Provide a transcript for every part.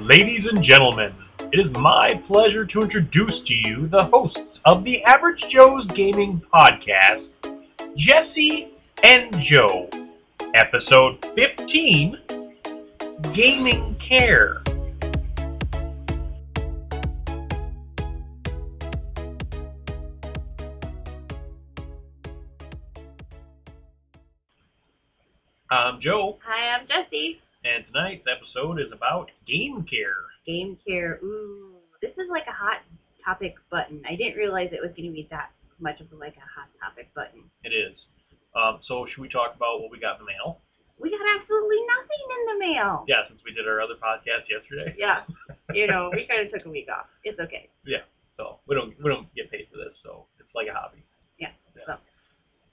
Ladies and gentlemen, it is my pleasure to introduce to you the hosts of the Average Joe's Gaming Podcast, Jesse and Joe. Episode 15 Gaming Care. I'm Joe, Hi, I'm Jesse. and tonight's episode is about game care. Game care. Ooh, this is like a hot topic button. I didn't realize it was going to be that much of like a hot topic button. It is. Um, so should we talk about what we got in the mail? We got absolutely nothing in the mail. Yeah, since we did our other podcast yesterday. Yeah. You know, we kind of took a week off. It's okay. So we don't we don't get paid for this, so it's like a hobby. Yeah,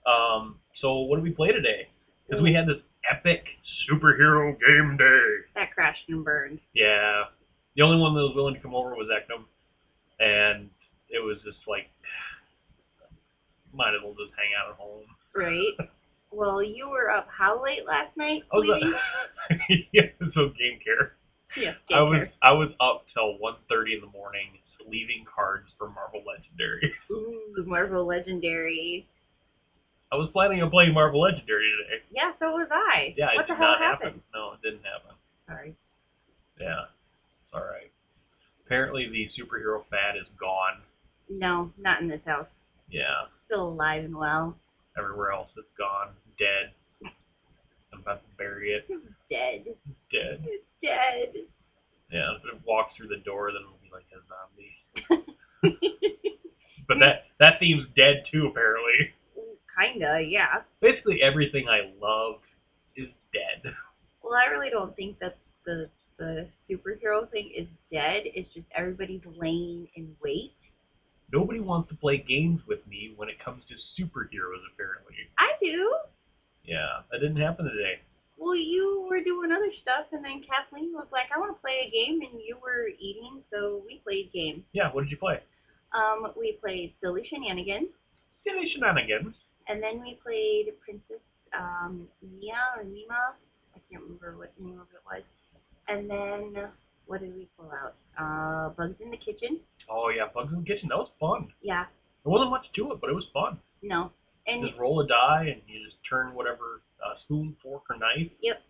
Um, so what do we play today? Because we had this epic superhero game day. That crashed and burned. Yeah. The only one that was willing to come over was Eknum, and it was just like, might as well just hang out at home. Right? Well, you were up how late last night? I was please? up- yeah, so game care. yeah, I was daycare. I was up till 1.30 in the morning leaving cards for Marvel Legendary. Ooh, Marvel Legendary. I was planning on playing Marvel Legendary today. Yeah, so was I. Yeah, it what did the hell not happened? happen. No, it didn't happen. Sorry. Yeah, it's all right. Apparently, the superhero fad is gone. No, not in this house. Yeah, Still alive and well. everywhere else it's gone, dead. I'm about to bury it, Dead. dead. Dead. Yeah, if it walks through the door, then it'll be like a zombie. but that that theme's dead too, apparently. Kinda, yeah. Basically, everything I love is dead. Well, I really don't think that the the superhero thing is dead. It's just everybody's laying in wait. Nobody wants to play games with me when it comes to superheroes, apparently. I do. Yeah, that didn't happen today. Well, you were doing other stuff, and then Kathleen was like, "I want to play a game," and you were eating, so we played games. Yeah, what did you play? Um, we played Silly Shenanigans, Silly shenanigans. and then we played Princess um, Mia or Mima. I can't remember what name of it was. And then what did we pull out? Uh, Bugs in the Kitchen. Oh yeah, Bugs in the Kitchen. That was fun. Yeah. There wasn't much to it, but it was fun. No. And Just roll a die and you just turn whatever uh, spoon, fork, or knife. Yep.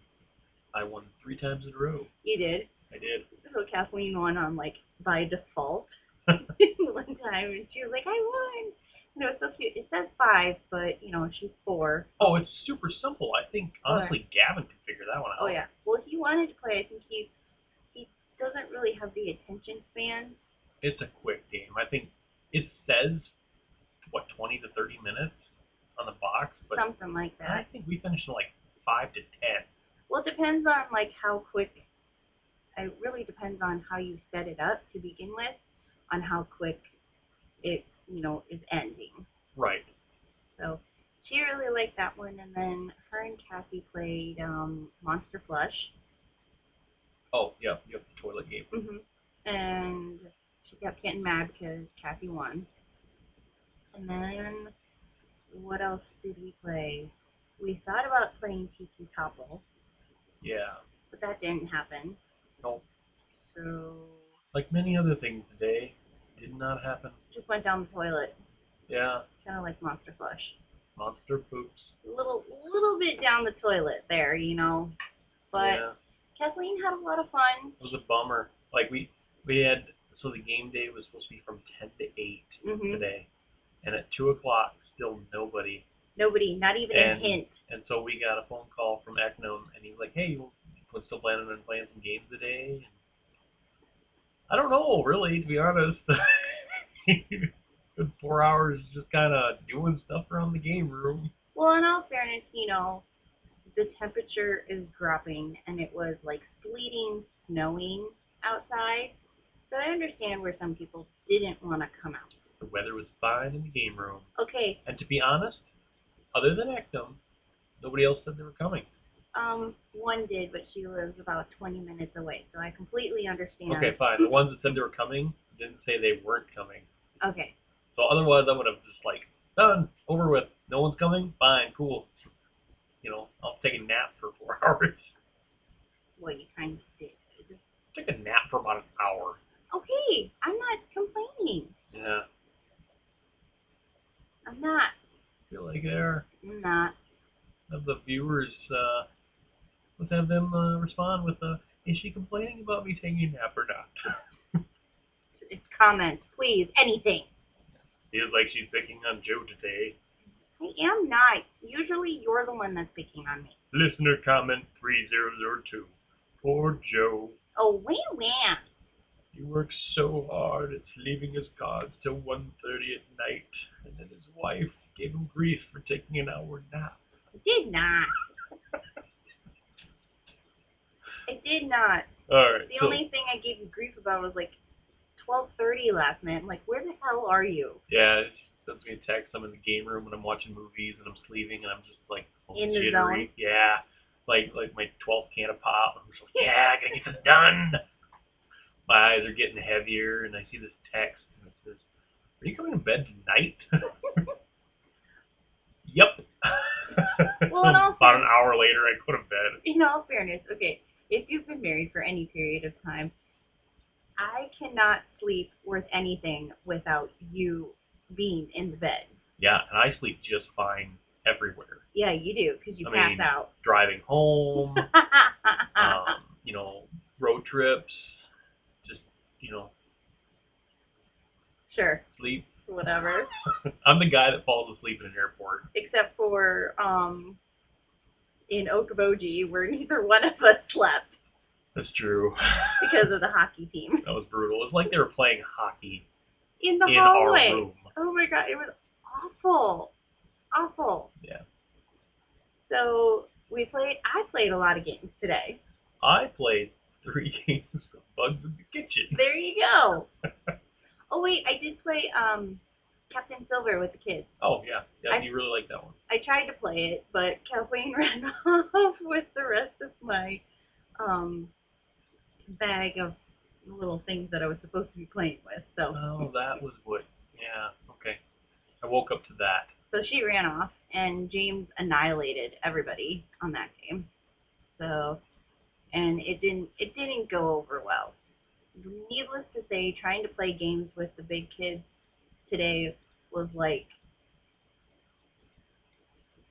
I won three times in a row. you did. I did. So Kathleen won on like by default one time, and she was like, "I won." And it was so cute. It says five, but you know she's four. Oh, it's super simple. I think honestly, Gavin could figure that one out. Oh yeah. Well, he wanted to play. I think he he doesn't really have the attention span. It's a quick game. I think it says what twenty to thirty minutes on the box, but Something like I that. think we finished in like five to ten. Well, it depends on like how quick. It really depends on how you set it up to begin with, on how quick it you know is ending. Right. So she really liked that one. And then her and Kathy played um, Monster Flush. Oh yeah, you have the toilet game. hmm And she kept getting mad because Kathy won. And then what else did we play? We thought about playing Tiki Topple, Yeah. but that didn't happen. Nope. So Like many other things today, did not happen. just went down the toilet, Yeah. kind of like Monster Flush. Monster poops. Little, little bit down the toilet there, you know. But yeah. Kathleen had a lot of fun. It was a bummer. Like we we had so the game day was supposed to be from ten to eight hmm today, and at two o'clock still nobody. Nobody, not even And- a hint. And so we got a phone call from Eknum, and he's like, "Hey, you you still planning on playing some games today?" And I don't know, really, to be honest. Been Four hours just kind of doing stuff around the game room. Well, in all fairness, you know, the temperature is dropping and it was like sleeting, snowing outside. So I understand where some people didn't want to come out. The weather was fine in the game room, Okay, and to be honest, other than Eknum, nobody else said they were coming. um, one did, but she lives about 20 minutes away, so I completely understand. Okay, fine. The ones that said they were coming didn't say they weren't coming. Okay. So otherwise, I would have just like done, over with. No one's coming. Fine, cool. You know, I'll take a nap for four hours. Well, you kind of did. Took a nap about an hour. Okay, I'm not complaining. Yeah, I'm not. I feel like there I'm not. have the viewers. Uh, let's have them uh, respond with, uh, "Is she complaining about me taking a nap or not?" It's comments, please, anything. Feels like she's picking on Joe today. I am not. Usually you're the one that's picking on me. Listener comment three zero zero two. Poor Joe. Oh, wait, wham. He works so hard. It's leaving his cards till one thirty at night, and then his wife gave him grief for taking an hour nap. I did not. I did not. All right. The so- only thing I gave you grief about was like 12:30 last night. I'm like, where the hell are you? Yeah, it sends me a text. I'm in the game room when I'm watching movies and I'm sleeping and I'm just like all In the jittery. Yeah, like like my 12th can of pop. I'm just like, yeah, I gotta get this done. My eyes are getting heavier and I see this text and it says, "Are you coming to bed tonight?" yep. Well, and also- about an hour later, I go to bed. In all fairness, okay, if you've been married for any period of time, I cannot sleep worth anything without you being in the bed. Yeah, and I sleep just fine everywhere. Yeah, you do, because you I pass mean- out. Driving home. Uh-huh. um, you know, road trips, just, you know, sure, sleep. whatever. I'm the guy that falls asleep in an airport. Except for um, in Okoboji, where neither one of us slept That's true. because of the hockey team That was brutal. It's like they were playing hockey in the in hallway. our room. Oh my god, it was awful. Awful. Yeah. So we played I played a lot of games today. I played three games of Bugs in the Kitchen. There you go. oh wait, I did play um Captain Silver with the kids. Oh, yeah. Yeah, I- you really like that one. I tried to play it, but Kathleen ran off with the rest of my um bag of little things that I was supposed to be playing with. So Oh, that was what, yeah, okay. I woke up to that. so she ran off and James annihilated everybody on that game. So and it didn't it didn't go over well. Needless to say, trying to play games with the big kids today was like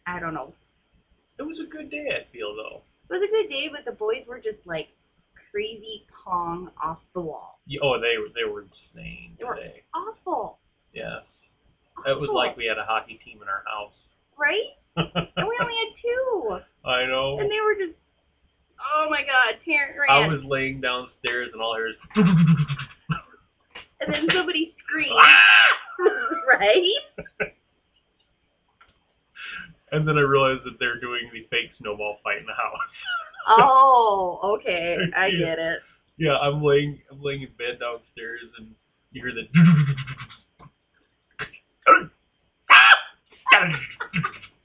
I don't know. It was a good day, I feel, though. It was a good day, but the boys were just like crazy Kong off the wall. Yeah, Oh, they were they were insane They were- today. Awful. Yes, it was Awful. like we had a hockey team in our house. right? And we only had two. I know. And they were just oh my god, Tarrant ran. I was laying downstairs and all I heard is and then somebody screamed, "Ah!" right? and then I realized that they're doing the fake snowball fight in the house. Oh, okay, I get it. Yeah, I'm laying I'm laying in bed downstairs and you hear the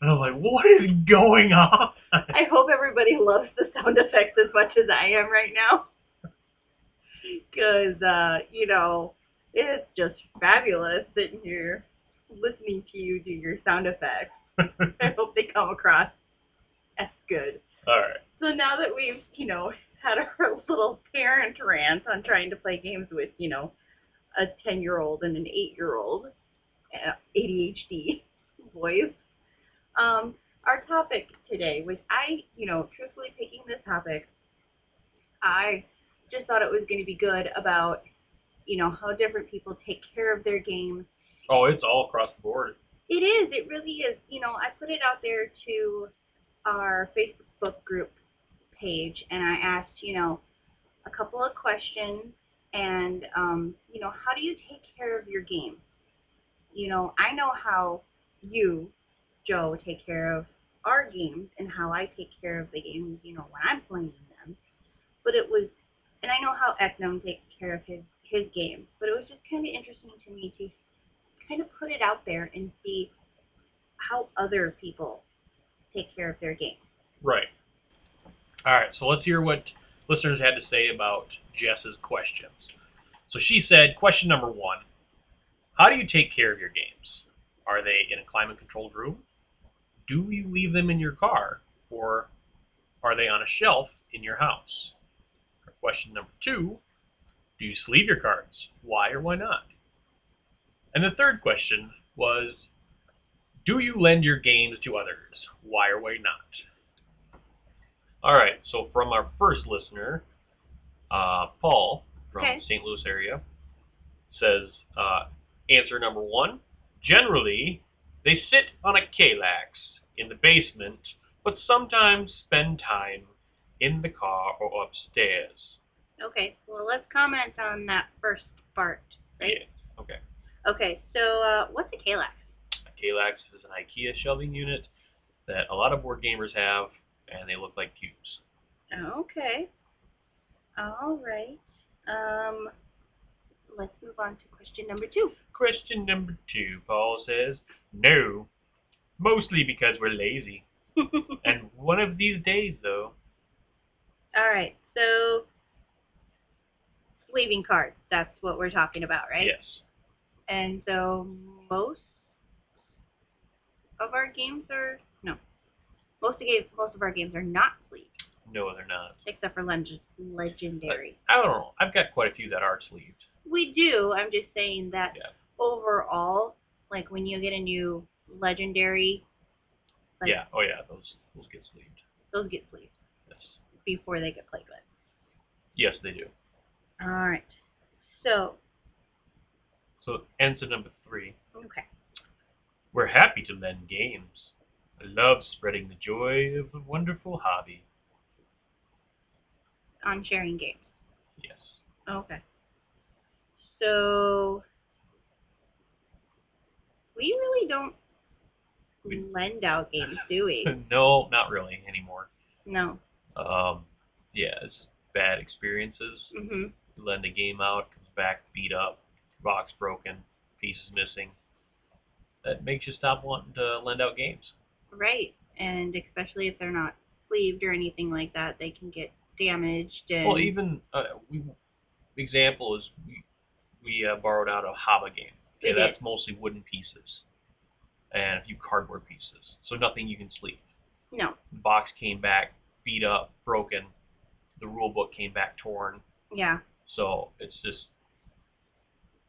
and I'm like, what is going on? I hope everybody loves the sound effects as much as I am right now, because uh, you know it's just fabulous sitting here listening to you do your sound effects. I hope they come across as good. All right. So now that we've you know had our little parent rant on trying to play games with you know a ten year old and an uh, eight year old ADHD boys. Um, our topic today, which I, you know, truthfully picking this topic, I just thought it was going to be good about, you know, how different people take care of their games. Oh, it's all across the board. It is, it really is. You know, I put it out there to our Facebook group page and I asked, you know, a couple of questions and, um, you know, how do you take care of your game? You know, I know how you, Joe, take care of our games and how I take care of the games, you know, when I'm playing them. But it was, and I know how Eknum takes care of his, his game, but it was just kind of interesting to me to kind of put it out there and see how other people take care of their game. Right. All right, so let's hear what listeners had to say about Jess's questions. So she said, question number one, how do you take care of your games? Are they in a climate-controlled room? Do you leave them in your car? Or are they on a shelf in your house? Question number two, do you sleeve your cards? Why or why not? And the third question was, do you lend your games to others? Why or why not? All right, so from our first listener, uh, Paul from Okay. St. Louis area, says uh, answer number one, generally they sit on a Kallax in the basement, but sometimes spend time in the car or upstairs. Okay, well, let's comment on that first part, right? Yeah, okay. Okay, so uh, what's a Kalax? A Kallax is an IKEA shelving unit that a lot of board gamers have, and they look like cubes. Okay. All right. Um, let's move on to question number two. Question number two, Paul says, no, mostly because we're lazy. and one of these days, though, All right, so sleeving cards, that's what we're talking about, right? yes, And so most of our games are, no, most of, games, most of our games are not sleeved, no, they're not. except for leg- Legendary. I don't know. I've got quite a few that are sleeved. We do. I'm just saying that Yeah. overall, like when you get a new legendary, like yeah, oh yeah, those those get sleeved. those get sleeved Yes, before they get played with. yes, they do. All right. So So answer number three. okay. We're happy to lend games. I love spreading the joy of the wonderful hobby. On sharing games. Yes. Oh, Okay. So we really don't We- lend out games, do we? no, not really anymore. No. Um, yeah, it's just bad experiences. hmm You lend a game out, comes back beat up, box broken, pieces missing. That makes you stop wanting to lend out games. Right. And especially if they're not sleeved or anything like that, they can get damaged and Well, even uh, we example is we, we uh, borrowed out a Haba game. We Okay, did. that's mostly wooden pieces and a few cardboard pieces, so nothing you can sleep. no. The box came back beat up, broken. The rule book came back torn. Yeah. So it's just,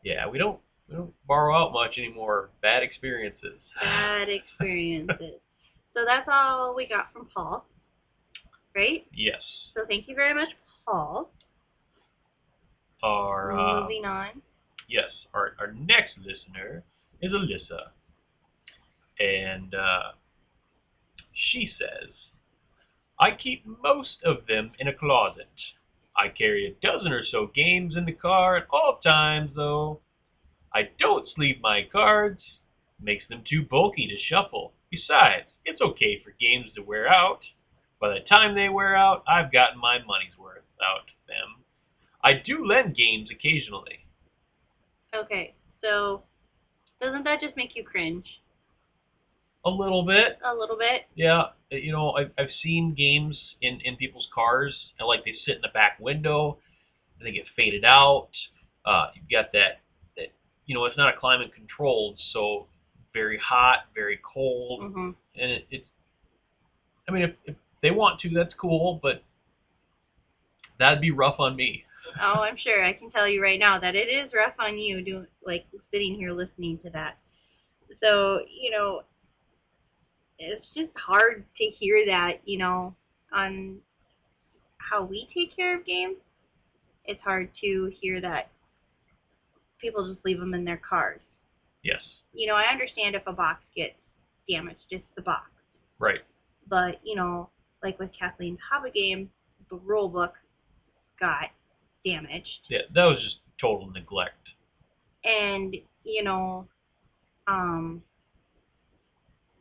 yeah, we don't we don't borrow out much anymore. Bad experiences. bad experiences. so that's all we got from Paul, right? yes, So thank you very much, Paul. our uh, Moving on. yes, our our next listener is Alyssa, and uh, she says, I keep most of them in a closet. I carry a dozen or so games in the car at all times, though. I don't sleeve my cards. Makes them too bulky to shuffle. Besides, it's okay for games to wear out. By the time they wear out, I've gotten my money's worth out of them. I do lend games occasionally. Okay, so doesn't that just make you cringe A little bit, a little bit? Yeah, uh, you know, I've, I've seen games in, in people's cars, and like they sit in the back window, and they get faded out. Uh, you've got that, that, you know, it's not a climate controlled, so very hot, very cold, hmm and it, it I mean, if, if they want to, that's cool, but that'd be rough on me. Oh, I'm sure. I can tell you right now that it is rough on you doing like sitting here listening to that. So, you know, it's just hard to hear that, you know, on how we take care of games. It's hard to hear that people just leave them in their cars. Yes, You know, I understand if a box gets damaged, it's the box. right. But, you know, like with Kathleen's Haba game, the rule book got damaged Yeah, that was just total neglect. and you know um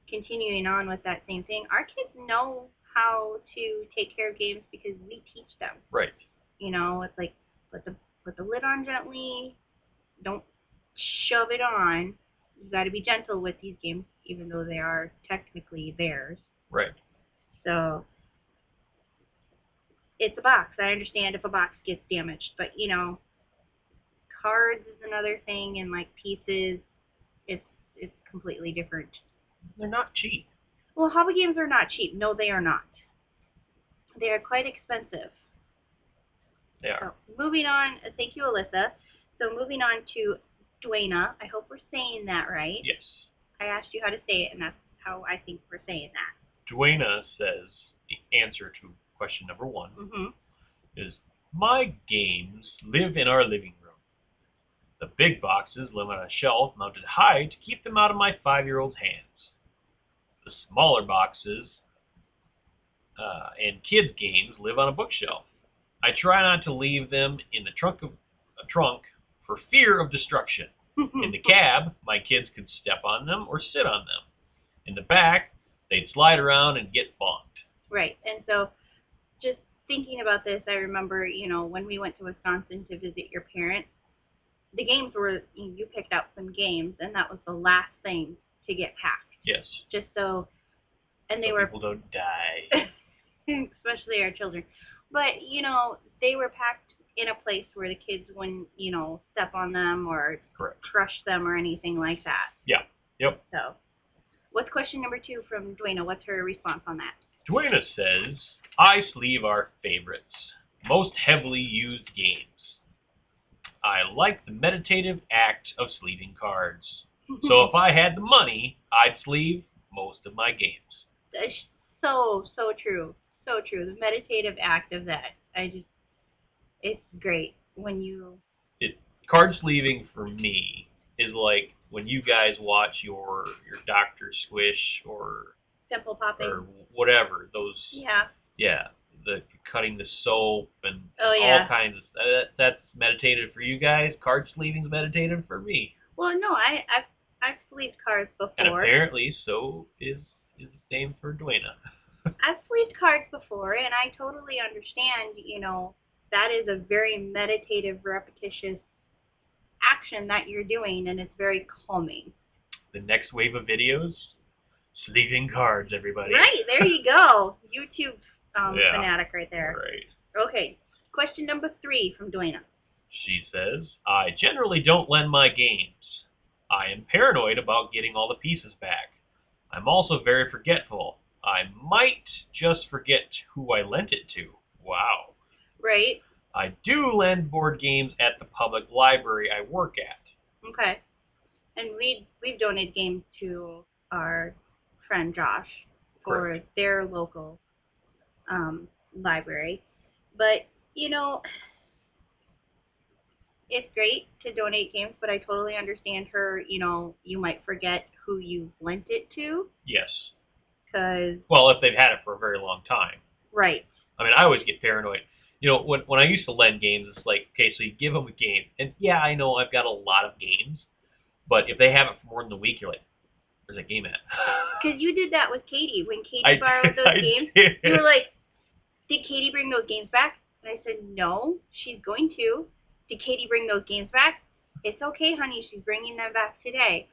continuing on with that same thing our kids know how to take care of games because we teach them Right. you know it's like put the put the lid on gently don't shove it on you got to be gentle with these games even though they are technically theirs Right. so it's a box. I understand if a box gets damaged, but you know, cards is another thing, and like pieces, it's it's completely different. They're not cheap. Well, hobby games are not cheap. No, they are not. They are quite expensive. They are. So moving on, uh, thank you, Alyssa. So moving on to Duena. I hope we're saying that right. Yes. I asked you how to say it, and that's how I think we're saying that. Duena says the answer to question number one hmm is my games live in our living room. The big boxes live on a shelf mounted high to keep them out of my five-year-old's hands. The smaller boxes uh, and kids' games live on a bookshelf. I try not to leave them in the trunk of a trunk for fear of destruction. Mm-hmm. Hmm. In the cab, my kids could step on them or sit on them. In the back, they'd slide around and get bonked. Right. And so just thinking about this, I remember, you know, when we went to Wisconsin to visit your parents, the games were, you picked out some games, and that was the last thing to get packed. Yes. Just so, and they so were, people don't die. especially our children, but, you know, they were packed in a place where the kids wouldn't, you know, step on them or Correct. crush them or anything like that. Yeah. Yep. So, what's question number two from Duena? What's her response on that? Duena says, I sleeve our favorites, most heavily used games. I like the meditative act of sleeving cards. So if I had the money, I'd sleeve most of my games. That's so so true so true the meditative act of that i just it's great when you Card sleeving for me is like when you guys watch your your Doctor Squish or simple popping or whatever those yeah yeah the cutting the soap and Oh, yeah. all kinds of uh, that, that's meditative for you guys. Card sleeving's meditative for me. well no i i've i've sleeved cards And before apparently, so is is the same for Duena. i've sleeved cards before and i totally understand you know that is a very meditative repetitious action that you're doing and it's very calming The next wave of videos, sleeving cards, everybody. right there you go youtube um, Yeah. fanatic right there Right. okay question number three from Duena. She says, I generally don't lend my games. I am paranoid about getting all the pieces back. I'm also very forgetful. I might just forget who I lent it to. Wow. right I do lend board games at the public library I work at. Okay. And we we've donated games to our friend Josh for their local um, library. But you know, it's great to donate games, but I totally understand her. You know, you might forget who you lent it to, Yes. cause Well, if they've had it for a very long time. right, I mean, I always get paranoid. You know, when when I used to lend games, it's like, okay, so you give them a game, and yeah, I know I've got a lot of games, but if they have it for more than a week, you're like, where's that game at? cause you did that with Katie when Katie I borrowed those I games. did. You were like, did Katie bring those games back? And I said, no, she's going to. Did Katie bring those games back? It's okay, honey. She's bringing them back today.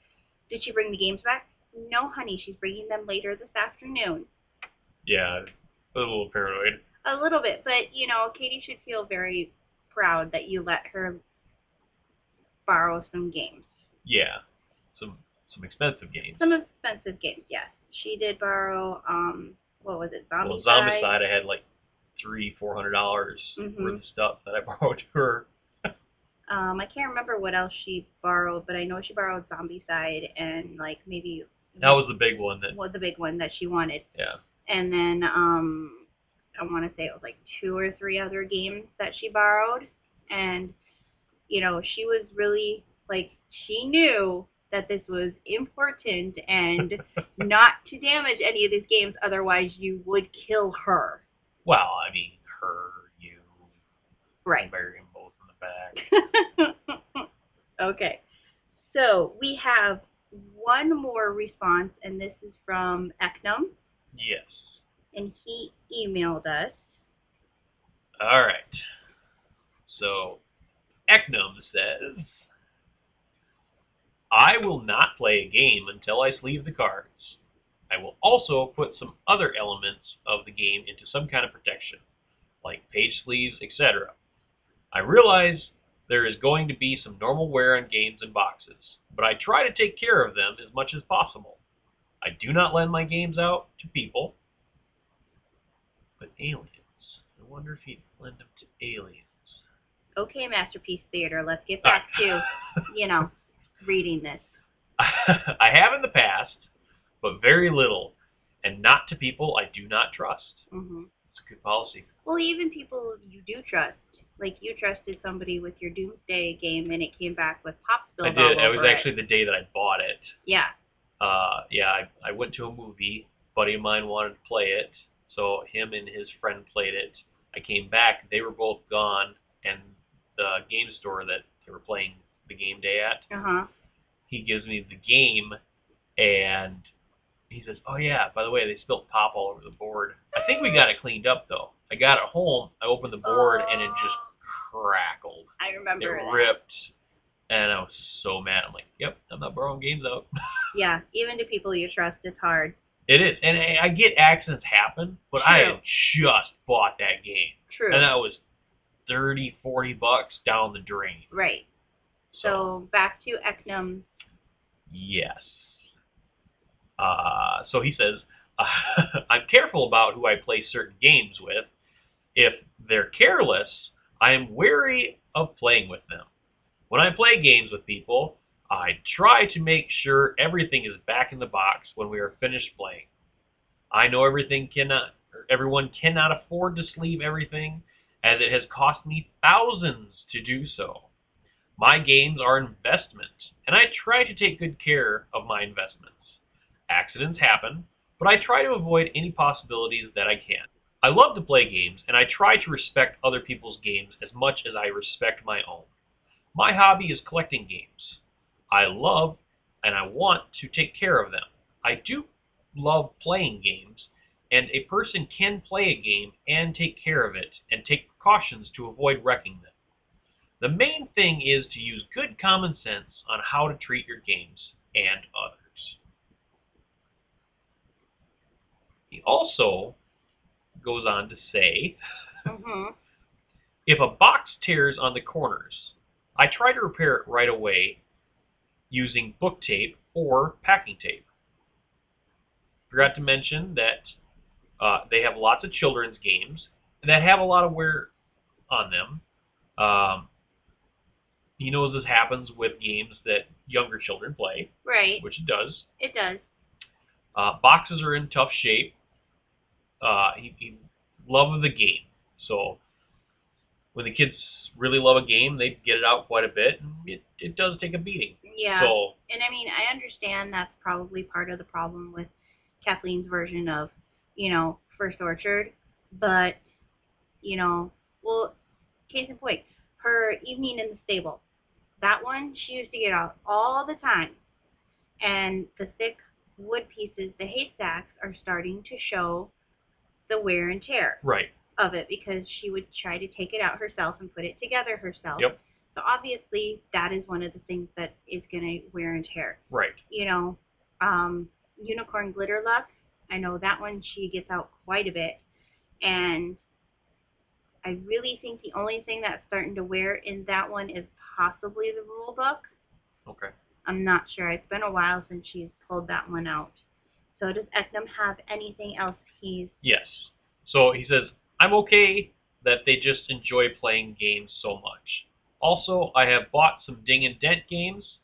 Did she bring the games back? No, honey. She's bringing them later this afternoon. Yeah, I was a little paranoid. A little bit, but you know, Katie should feel very proud that you let her borrow some games, Yeah, some some expensive games. some expensive games. Yes, she did borrow. Um, what was it? Well, Zombie Zombicide, I had like three, four hundred dollars Mhm. worth of stuff that I borrowed to her. Um, I can't remember what else she borrowed, but I know she borrowed Zombie Side and like maybe That was the big one that was the big one that she wanted. Yeah. And then um, I want to say it was like two or three other games that she borrowed, and you know she was really like she knew that this was important and not to damage any of these games, otherwise you would kill her. well, I mean, her, you, Right. bury them both in the back. okay. So we have one more response, and this is from Eknum, Yes. and he emailed us. All right. So, Eknum says, I will not play a game until I sleeve the cards. I will also put some other elements of the game into some kind of protection, like page sleeves, etc. I realize there is going to be some normal wear on games and boxes, but I try to take care of them as much as possible. I do not lend my games out to people, but aliens. wonder if he'd lend them to aliens. Okay, Masterpiece Theater, let's get back to, you know, reading this. I have in the past, but very little, and not to people I do not trust. hmm It's a good policy. Well, even people you do trust, like you trusted somebody with your Doomsday game, and it came back with pop I spills did. all It over was actually the day that I bought it. Yeah. uh, yeah, I, I went to a movie. buddy of mine wanted to play it, so him and his friend played it. I came back, they were both gone, and the game store that they were playing the game day at, Uh huh. he gives me the game, and he says, "Oh yeah, by the way, they spilled pop all over the board. I think we got it cleaned up though. I got it home. I opened the board, and it just crackled. I It remember. that. ripped." And I was so mad. I'm like, yep, I'm not borrowing games out. Yeah, even to people you trust, it's hard. It is, and I I get accidents happen, but I True. had just bought that game, True. and that was 30, 40 bucks down the drain. right. So So back to Eknum. yes. Uh, so he says, I'm careful about who I play certain games with. If they're careless, I am wary of playing with them. When I play games with people, I try to make sure everything is back in the box when we are finished playing. I know everything cannot or everyone cannot afford to sleeve everything as it has cost me thousands to do so. My games are investments, and I try to take good care of my investments. Accidents happen, but I try to avoid any possibilities that I can. I love to play games, and I try to respect other people's games as much as I respect my own. My hobby is collecting games. I love and I want to take care of them. I do love playing games, and a person can play a game and take care of it and take precautions to avoid wrecking them. The main thing is to use good common sense on how to treat your games and others. He also goes on to say hmm if a box tears on the corners, I try to repair it right away using book tape or packing tape. Forgot to mention that uh, they have lots of children's games that have a lot of wear on them. Um, he knows this happens with games that younger children play, Right. which it does. It does. Uh, boxes are in tough shape. Uh, he, he love the game. So when the kids really love a game, they get it out quite a bit, and it, it does take a beating. Yeah. So and I mean, I understand that's probably part of the problem with Kathleen's version of, you know, First Orchard, but, you know, well, case in point, her evening in the stable, that one she used to get out all the time, and the thick wood pieces, the haystacks, are starting to show the wear and tear right, of it because she would try to take it out herself and put it together herself. Yep. So obviously that is one of the things that is going to wear and tear. right, You know, um, unicorn glitter luck. I know that one she gets out quite a bit, and I really think the only thing that's starting to wear in that one is possibly the rule book. okay. I'm not sure. It's been a while since she's pulled that one out. So does Eknam have anything else he's Yes. So he says, I'm okay that they just enjoy playing games so much. Also, I have bought some ding and dent games.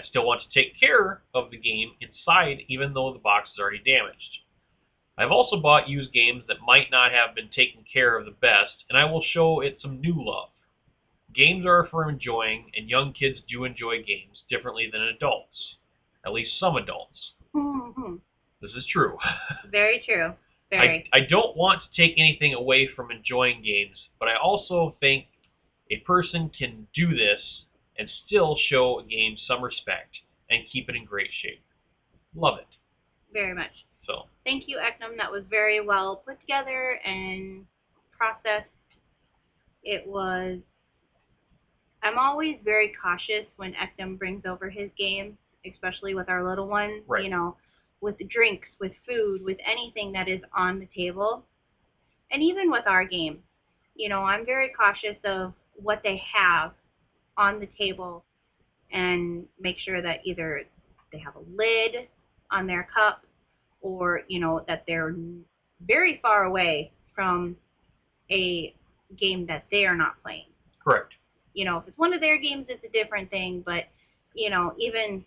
I still want to take care of the game inside, even though the box is already damaged. I've also bought used games that might not have been taken care of the best, and I will show it some new love. Games are for enjoying, and young kids do enjoy games differently than adults. At least some adults. This is true. hmm, Very true. Very. I, I don't want to take anything away from enjoying games, but I also think a person can do this and still show a game some respect and keep it in great shape. Love it. Very much. So, Thank you, Eknum. That was very well put together and processed. It was. I'm always very cautious when Eknum brings over his game, especially with our little one. Right. You know, with drinks, with food, with anything that is on the table, and even with our game. You know, I'm very cautious of what they have on the table and make sure that either they have a lid on their cup or you know that they're very far away from a game that they are not playing. Correct. You know, if it's one of their games, it's a different thing. But you know, even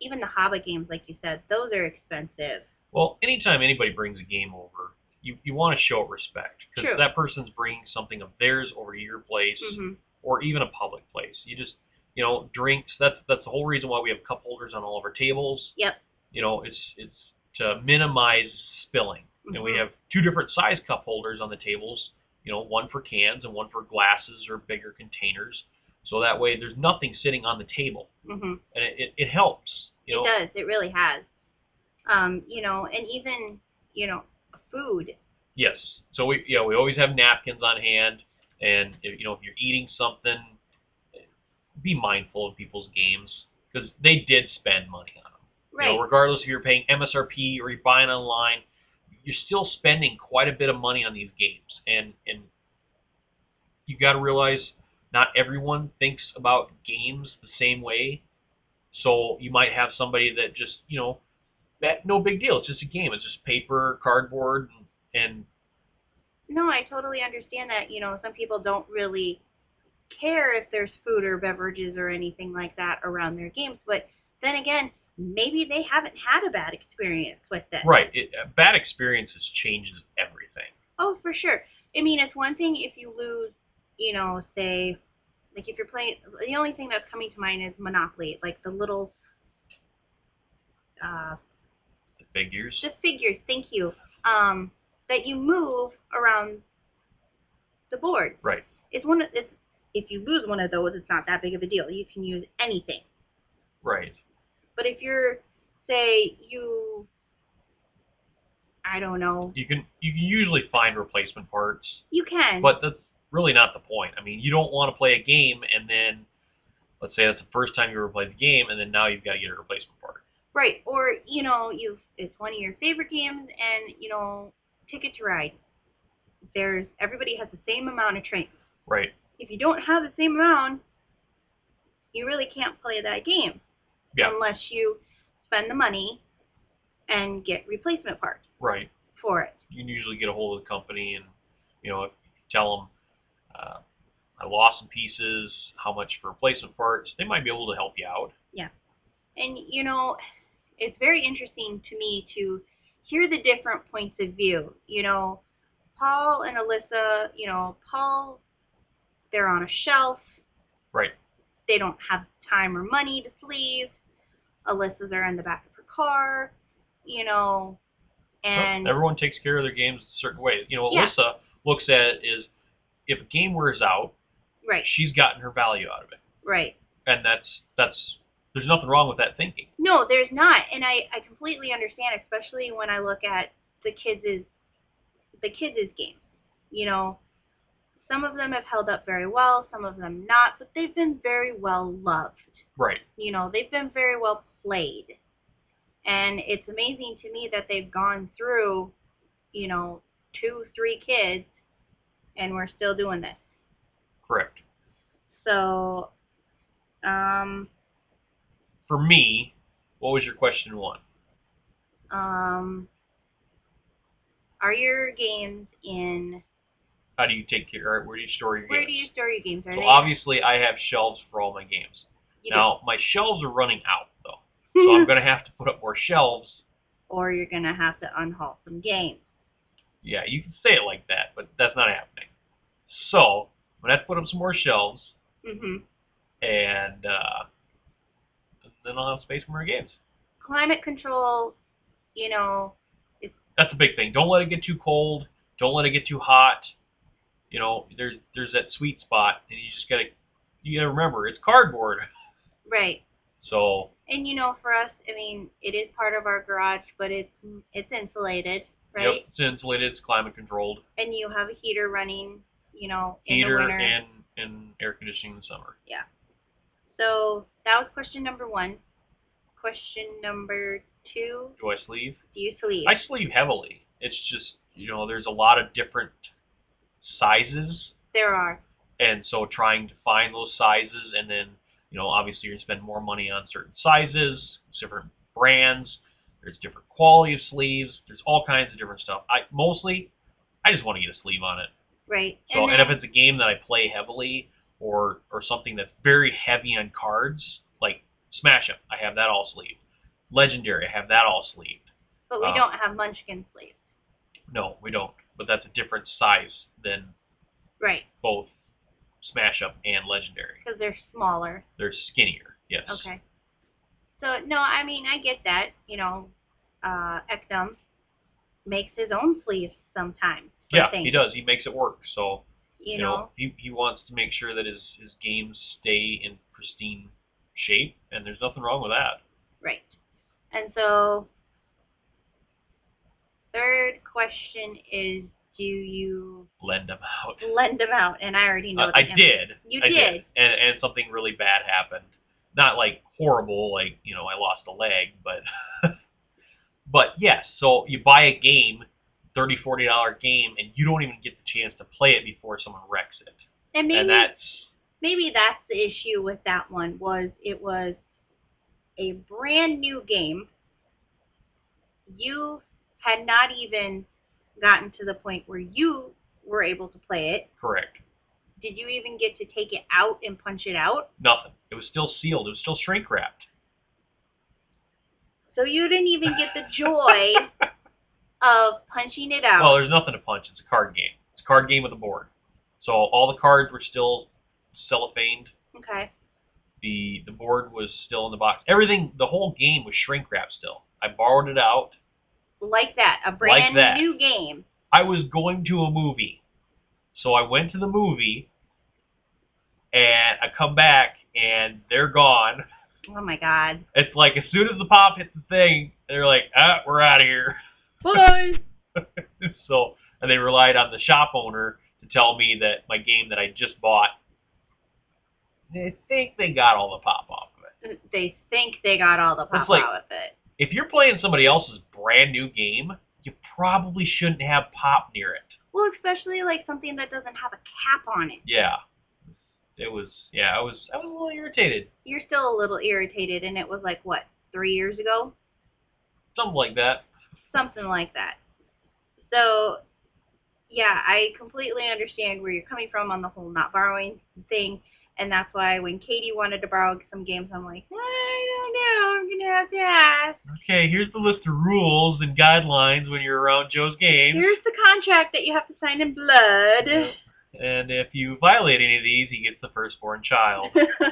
even the Hobbit games, like you said, those are expensive. Well, anytime anybody brings a game over, you, you want to show respect because True. that person's bringing something of theirs over to your place hmm or even a public place. You just you know drinks. That's that's the whole reason why we have cup holders on all of our tables. Yep. You know, it's it's to minimize spilling. And we Mhm. have two different size cup holders on the tables. You know, one for cans and one for glasses or bigger containers. So that way, there's nothing sitting on the table, hmm and it, it, it helps. You know, It does. It really has. Um, you know, and even you know, food. Yes. So we yeah we always have napkins on hand, and if, you know if you're eating something, be mindful of people's games because they did spend money on them. Right. You know, regardless if you're paying MSRP or you're buying online, you're still spending quite a bit of money on these games, and and you got to realize not everyone thinks about games the same way. So you might have somebody that just you know that no big deal. It's just a game. It's just paper, cardboard, and, and No, I totally understand that. You know, some people don't really care if there's food or beverages or anything like that around their games. But then again, maybe they haven't had a bad experience with this. Right. It, uh, bad experiences changes everything. Oh, for sure. I mean, it's one thing if you lose, you know, say, like if you're playing, the only thing that's coming to mind is Monopoly, like the little, uh, The figures. the figures, thank you, um, that you move around the board. Right. It's one of, it's, if you lose one of those, it's not that big of a deal. You can use anything. Right. But if you're, say, you, I don't know, You can you can usually find replacement parts, you can. but that's really not the point. I mean, you don't want to play a game and then let's say that's the first time you ever played the game, and then now you've got to get a replacement part. Right, or you know, you've it's one of your favorite games, and you know, Ticket to Ride. There's everybody has the same amount of trains. Right. If you don't have the same amount, you really can't play that game Yeah. unless you spend the money and get replacement parts Right. for it. You can usually get a hold of the company and you know tell them. Uh, I lost some pieces. How much for replacement parts? They might be able to help you out. And you know, it's very interesting to me to hear the different points of view. You know, Paul and Alyssa, you know, Paul, they're on a shelf. Right. They don't have time or money to sleeve. Alyssa's are in the back of her car, you know, Well, and everyone takes care of their games a certain way. You know, what Yeah. Alyssa looks at it is if a game wears out, right, she's gotten her value out of it, right. and that's that's there's nothing wrong with that thinking. No, there's not, and I I completely understand, especially when I look at the kids' the kids' games. You know, some of them have held up very well, some of them not, but they've been very well loved. Right. You know, they've been very well played, and it's amazing to me that they've gone through, you know, two three kids, and we're still doing this. Correct. So, um, For me, what was your question one? um, are your games in How do you take care? Or where do you store your Where games? do you store your games? Are so they obviously, I have shelves for all my games. you Now my shelves are running out though, do. so I'm gonna have to put up more shelves. or you're gonna have to unhaul some games. Yeah, you can say it like that, but that's not happening. So I'm gonna have to put up some more shelves. hmm and uh, then I'll have space for more games. Climate control, you know, That's a big thing. Don't let it get too cold. Don't let it get too hot. You know, there's there's that sweet spot, and you just gotta you gotta remember it's cardboard. right? So And you know, for us, I mean, it is part of our garage, but it's it's insulated, right? yep, it's insulated, it's climate controlled, And you have a heater running, you know, in heater the winter. and and air conditioning in the summer. so that was question number one. Question number two: Do I sleeve? Do you sleep? I sleeve heavily. It's just you know there's a lot of different sizes there are and so trying to find those sizes and then you know obviously you're gonna spend more money on certain sizes different brands there's different quality of sleeves there's all kinds of different stuff i mostly i just want to get a sleeve on it right? So, and and if then, it's a game that I play heavily or or something that's very heavy on cards, like Smash Up, I have that all sleeved. Legendary, I have that all sleeved. but we uh, don't have Munchkin sleeves, No, we don't. But that's a different size than right? both Smash Up and Legendary. Because they're smaller. They're skinnier. Yes. Okay. So no, I mean I get that. You know, uh, Ekdom makes his own sleeves sometimes. for Yeah, things, he does. He makes it work. So You, you know, he, he wants to make sure that his his games stay in pristine shape, and there's nothing wrong with that. Right. And so, third question is, do you Lend them out. lend them out? And I already know Uh, the I answer. did. You I did. did. And, and something really bad happened. Not like horrible, like, you know, I lost a leg, but but yes, so you buy a game, thirty, forty dollar game, and you don't even get the chance to play it before someone wrecks it. And maybe And that's maybe that's the issue with that one was it was a brand new game. You had not even gotten to the point where you were able to play it. correct. Did you even get to take it out and punch it out? Nothing. It was still sealed, it was still shrink wrapped. So you didn't even get the joy of punching it out. Well, there's nothing to punch, it's a card game. It's a card game with a board. So all the cards were still cellophaned Okay. the the board was still in the box. Everything, the whole game was shrink wrapped still. I borrowed it out. Like that. A brand that. new game. I was going to a movie, so I went to the movie, and I come back and they're gone. Oh my god. It's like as soon as the pop hits the thing, they're like, ah, we're out of here. Bye. so and they relied on the shop owner to tell me that my game that I just bought. They think they got all the pop off of it. they think they got all the pop It's like- out of it. if you're playing somebody else's brand new game, you probably shouldn't have pop near it. Well, especially like something that doesn't have a cap on it. Yeah. It was yeah, I was I was a little irritated. You're still a little irritated and it was like what, three years ago? Something like that. Something like that. So yeah, I completely understand where you're coming from on the whole not borrowing thing. And that's why when Katie wanted to borrow some games, I'm like, I don't know, I'm gonna have to ask. Okay, here's the list of rules and guidelines when you're around Joe's game. Here's the contract that you have to sign in blood. Yeah. And if you violate any of these, he gets the firstborn child.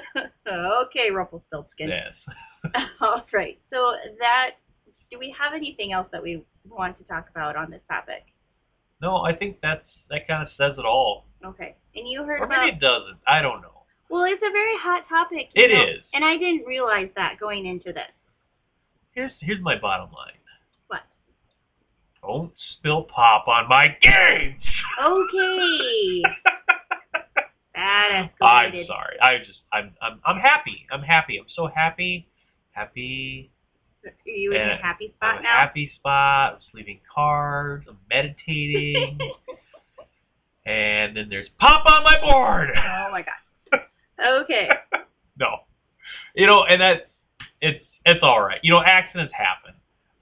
okay, Rumpelstiltskin. yes. All right. So that do we have anything else that we want to talk about on this topic? No, I think that's that kind of says it all. Okay. And you heard Or about maybe it doesn't. I don't know. well, it's a very hot topic. you It know, is. And I didn't realize that going into this. Here's here's my bottom line. What? Don't spill pop on my games. Okay. that I'm escalated. sorry. I just I'm I'm I'm happy. I'm happy. I'm so happy. Happy. Are you in a And happy I'm spot in a now? happy spot. I'm sleeping cards. I'm meditating. and then there's pop on my board. Oh my gosh. Okay. No. You know, and that's it's it's all right. You know, accidents happen.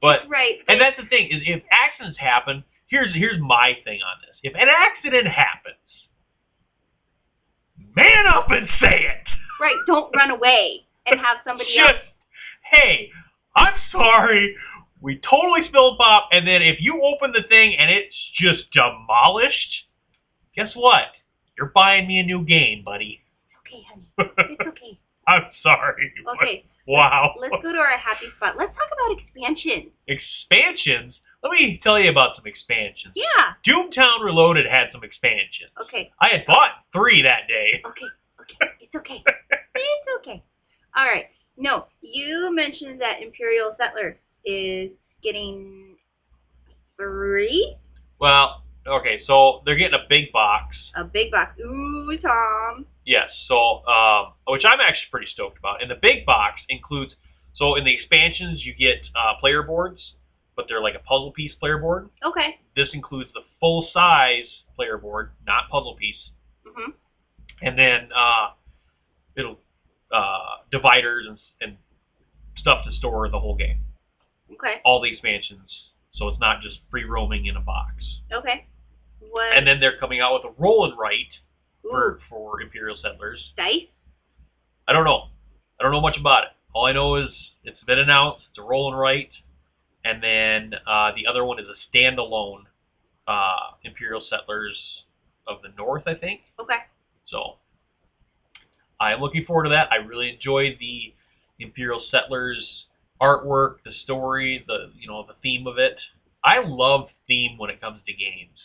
But right. and that's the thing is if accidents happen, here's here's my thing on this. If an accident happens, man up and say it. Right. Don't run away and have somebody just, else hey, I'm sorry, we totally spilled pop, and then if you open the thing and it's just demolished, guess what? You're buying me a new game, buddy. Okay, honey. It's okay. I'm sorry. Okay. Wow. Let's go to our happy spot. Let's talk about expansion. Expansions. Let me tell you about some expansions. Yeah. Doomtown Reloaded had some expansions. Okay. I had bought three that day. Okay. Okay. It's okay. It's okay. All right. No, you mentioned that Imperial Settlers is getting three Well, okay, so they're getting a big box. a big box. Ooh, Tom. Yes, so um, which I'm actually pretty stoked about. And the big box includes so in the expansions you get uh, player boards, but they're like a puzzle piece player board. Okay. This includes the full size player board, not puzzle piece, Mhm. and then uh, it'll uh, dividers and, and stuff to store the whole game. Okay. All the expansions, so it's not just free roaming in a box. Okay. What and then they're coming out with a roll and write ooh, for for Imperial Settlers. dice? I don't know. I don't know much about it. All I know is it's been announced. It's a roll and write, and then uh, the other one is a standalone uh, Imperial Settlers of the North, I think. Okay. So I am looking forward to that. I really enjoyed the Imperial Settlers artwork, the story, the you know the theme of it. I love theme when it comes to games.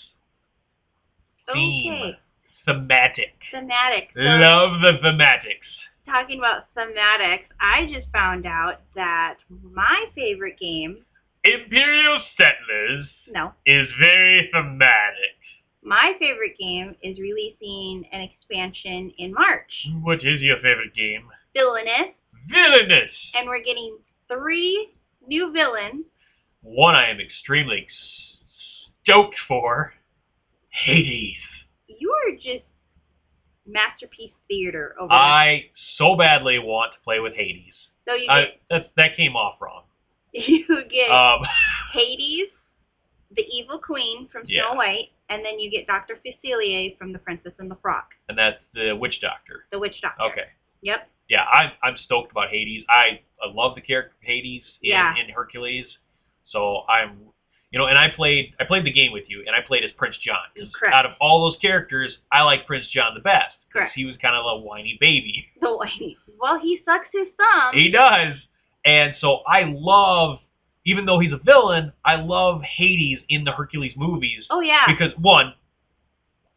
Theme, Okay. thematic. Thematic. So Love the thematics. talking about thematics, I just found out that my favorite game, Imperial Settlers no, is very thematic. my favorite game is releasing an expansion in March. What is your favorite game? Villainous, Villainous. and we're getting three new villains. One I am extremely s- stoked for. Hades. You are just masterpiece theater over there. I so badly want to play with Hades. So you I, get, that that came off wrong. you get Um, Hades, the evil queen from Snow Yeah. White, and then you get Dr. Facilier from The Princess and the Frog, and that's the Witch Doctor. the witch doctor. Okay. Yep. Yeah, I'm I'm stoked about Hades. I I love the character Hades in, Yeah. in Hercules. So I'm you know, and I played I played the game with you, and I played as Prince John. 'Cause Correct. Out of all those characters, I like Prince John the best. 'cause Correct. He was kind of a whiny baby. So well, he sucks his thumb. He does. And so I love, even though he's a villain, I love Hades in the Hercules movies oh yeah, because one,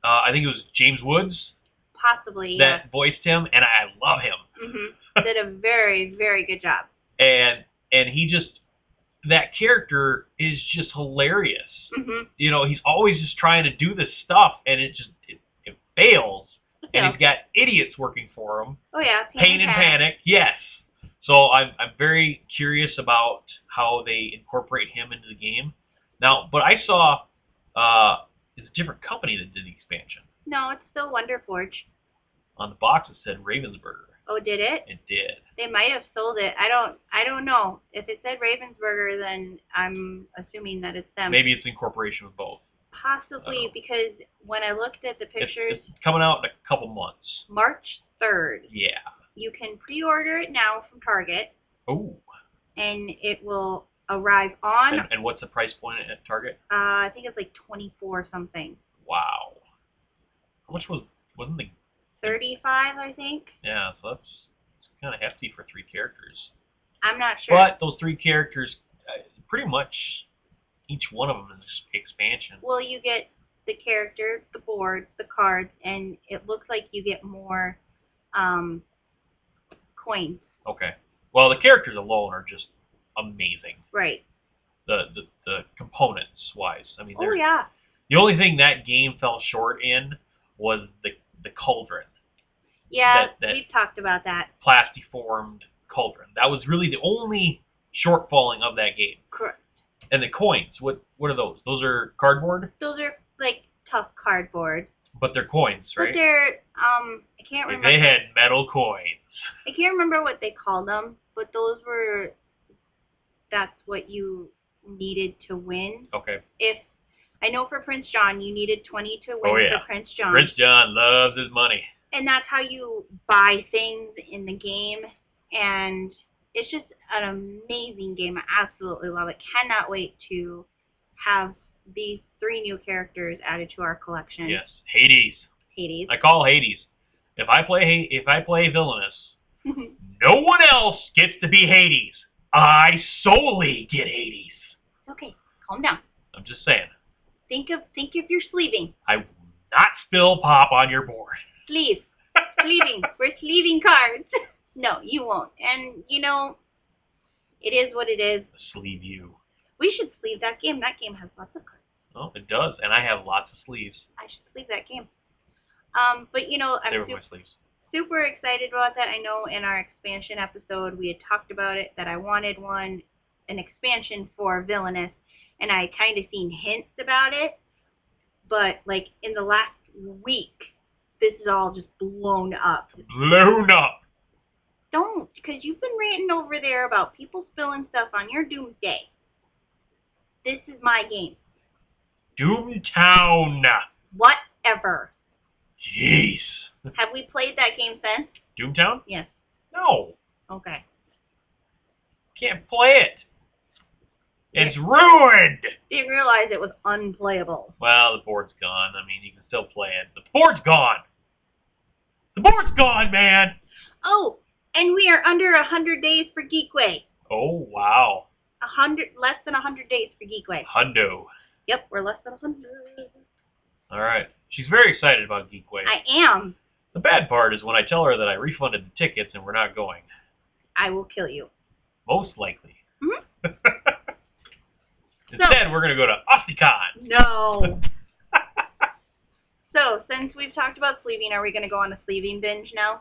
uh, I think it was James Woods possibly. Yeah. that voiced him, and I love him. hmm Did a very very good job. And and he just that character is just hilarious. hmm You know, he's always just trying to do this stuff, and it just it, it fails. And he's got idiots working for him. Oh yeah. Pain and Panic. panic, yes. So I'm I'm very curious about how they incorporate him into the game. Now, but I saw uh, it's a different company that did the expansion. No, it's still Wonderforge. on the box it said Ravensburger. Oh, did it? It did. They might have sold it. I don't. I don't know. If it said Ravensburger, then I'm assuming that it's them. Maybe it's in corporation with both. Possibly Oh. because when I looked at the It's, pictures, it's coming out in a couple months. March 3rd, Yeah. you can pre-order it now from Target, Oh. and it will arrive on. And, Uh, and what's the price point at Target? I think it's like 24 something, Wow. How much was wasn't the 35 I think. yeah? So that's, it's kind of hefty for three characters. I'm not sure. But those three characters, uh, pretty much each one of them is an expansion. Well, you get the character, the board, the cards, and it looks like you get more um, coins. Okay. Well, the characters alone are just amazing. Right. The the, the components wise, I mean, Oh they're yeah. The only thing that game fell short in was the the cauldron, Yeah, That- that- we've talked about that. plastiformed cauldron. That was really the only shortfalling of that game. Correct. And the coins, what what are those? Those are cardboard, Those are like tough cardboard. but they're coins, But right? they're um I can't If remember they had metal coins. I can't remember what they called them, but those were that's what you needed to win. Okay. If I know for Prince John you needed twenty to win Oh, yeah. for Prince John. Prince John loves his money. and that's how you buy things in the game and it's just an amazing game. I absolutely love it. Cannot wait to have these three new characters added to our collection. Yes. Hades. Hades. I call Hades. If I play Ha- if I play villainous, no one else gets to be Hades. I solely get Hades. okay, calm down. I'm just saying. Think of think if you're sleeping. I will not spill pop on your board. sleeve, sleeving. We're sleeving cards. No, you won't. And you know, it is what it is. Sleeve you. We should sleeve that game. That game has lots of cards. Oh, it does, and I have lots of sleeves. I should sleeve that game. Um, but you know, I'm they were su- my sleeves. super excited about that. I know in our expansion episode we had talked about it that I wanted one, an expansion for Villainous, and I kind of seen hints about it, but like in the last week, this is all just blown up. Blown up. Don't, because you've been ranting over there about people spilling stuff on your doomsday. This is my game. Doomtown. Whatever. Jeez. Have we played that game since? Doomtown? Yes. No. Okay. Can't play it. It's Yeah. ruined. Didn't realize it was unplayable. Well, the board's gone. I mean, you can still play it. The board's gone. The board's gone, man. Oh, and we are under a hundred days for Geekway. Oh, wow. A hundred, less than a hundred days for Geekway. Hundo. Yep, we're less than a hundred. All right. She's very excited about Geekway. I am. The bad part is when I tell her that I refunded the tickets and we're not going. I will kill you. Most likely. Mhm. Instead, we're going to go to Osticon. No. so, since we've talked about sleeving, are we going to go on a sleeving binge now?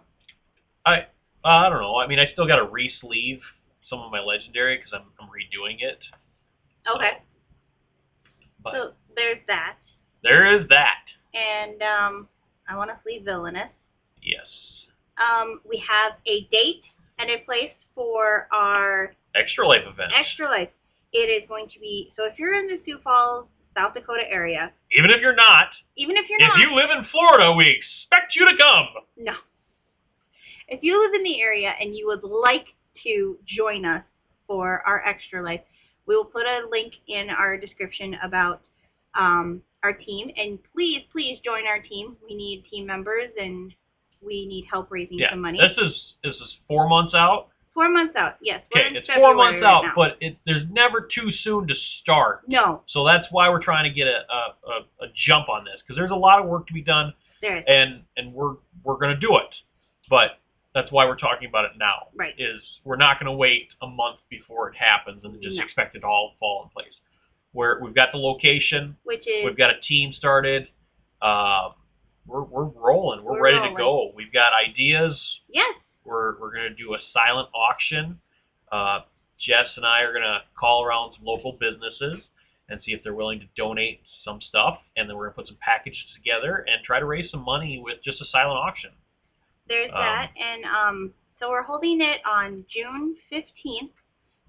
Uh, I don't know. I mean, I still got to re-sleeve some of my legendary because I'm, I'm redoing it. Okay. But So there's that, there is that. and um, I want to sleeve villainous. Yes. Um, we have a date and a place for our Extra life event. extra life. It is going to be so if you're in the Sioux Falls, South Dakota area, Even if you're not, even if you're if not, you live in Florida, we expect you to come. if you live in the area and you would like to join us for our extra life, we will put a link in our description about um, our team. And please, please join our team. We need team members and we need help raising Yeah. some money. This is this is four months out. Four months out. Yes. we're Okay, in it's February four months right out, now. but it, there's never too soon to start. no, So that's why we're trying to get a, a, a, a jump on this because there's a lot of work to be done, there it is. and and we're we're gonna do it. But that's why we're talking about it now. Right. Is we're not gonna wait a month before it happens and just No. expect it to all fall in place. Where we've got the location, Which is we've got a team started. Um, we're we're rolling. We're, We're ready rolling. to go. We've got ideas. yes, We're we're gonna do a silent auction. Uh, Jess and I are gonna call around some local businesses and see if they're willing to donate some stuff, and then we're gonna put some packages together and try to raise some money with just a silent auction. there's um, that. And um, so we're holding it on June 15th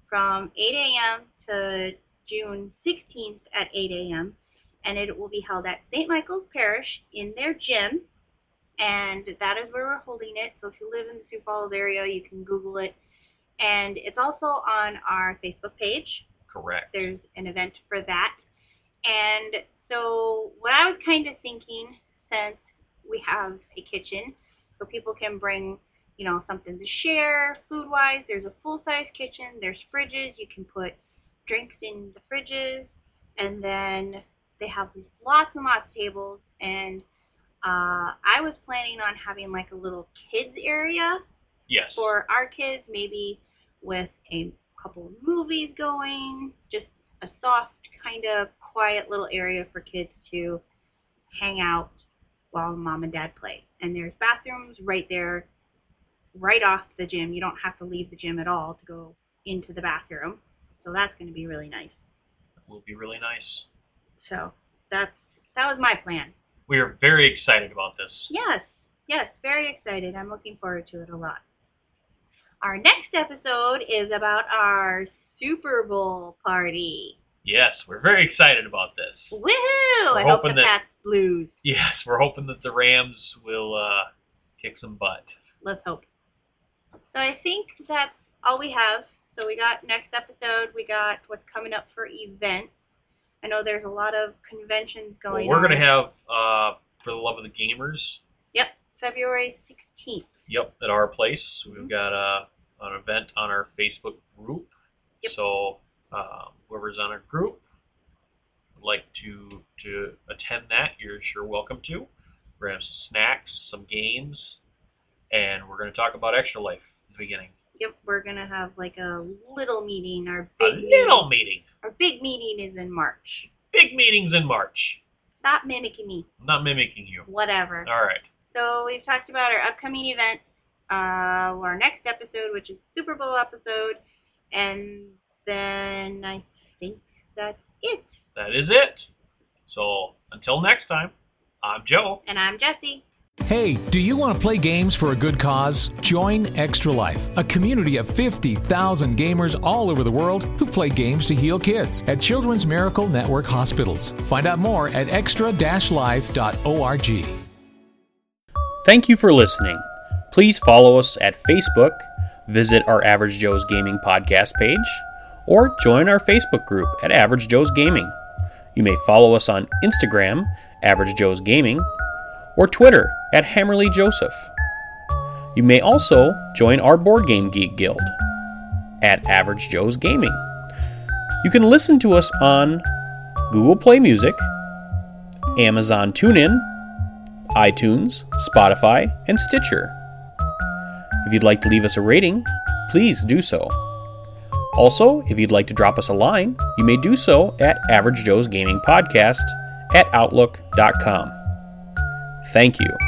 from 8 a.m. to June 16th at 8 a.m. And it will be held at St. Michael's Parish in their gym. And that is where we're holding it. So if you live in the Sioux Falls area, you can Google it. And it's also on our Facebook page. Correct. there's an event for that. And so what I was kind of thinking, since we have a kitchen, so people can bring, you know, something to share food-wise. There's a full-size kitchen. There's fridges. You can put drinks in the fridges, and then they have lots and lots of tables. And uh, I was planning on having like a little kids area Yes. for our kids, maybe with a couple of movies going, just a soft, kind of quiet little area for kids to hang out while mom and dad play. And there's bathrooms right there, right off the gym. You don't have to leave the gym at all to go into the bathroom. So that's going to be really nice. will be really nice. So that's that was my plan. We are very excited about this. Yes, yes, very excited. I'm looking forward to it a lot. Our next episode is about our Super Bowl party. Yes, we're very excited about this. Woohoo! We're I hope the hoping that- Pats lose. Yes, we're hoping that the Rams will uh, kick some butt. Let's hope. So I think that's all we have. So we got next episode. We got what's coming up for events. I know there's a lot of conventions Well, going we're on. going to have, uh, for the love of the gamers, Yep, February 16th. yep, at our place. Mhm. We've got uh, an event on our Facebook group. Yep. So uh, whoever's on our group would like to to attend that, you're sure welcome to. We're going to have snacks, some games, and we're going to talk about Extra Life at the beginning. Yep, we're gonna have like a little meeting. Our A big little meeting. Our big meeting is in March. Big meetings in March. Stop mimicking me. I'm not mimicking you. Whatever. All right. So we've talked about our upcoming events, uh, our next episode, which is Super Bowl episode, and then I think that's it. that is it. So until next time, I'm Joe. And I'm Jesse. Hey, do you want to play games for a good cause? Join Extra Life, a community of 50,000 gamers all over the world who play games to heal kids at Children's Miracle Network hospitals. Find out more at extra-life.org. Thank you for listening. Please follow us at Facebook, visit our Average Joe's Gaming podcast page, or join our Facebook group at Average Joe's Gaming. You may follow us on Instagram, Average Joe's Gaming, or Twitter at Hammerly Joseph. You may also join our Board Game Geek Guild at Average Joe's Gaming. You can listen to us on Google Play Music, Amazon TuneIn, iTunes, Spotify, and Stitcher. If you'd like to leave us a rating, please do so. Also, if you'd like to drop us a line, you may do so at Average Joe's Gaming Podcast at Outlook.com. Thank you.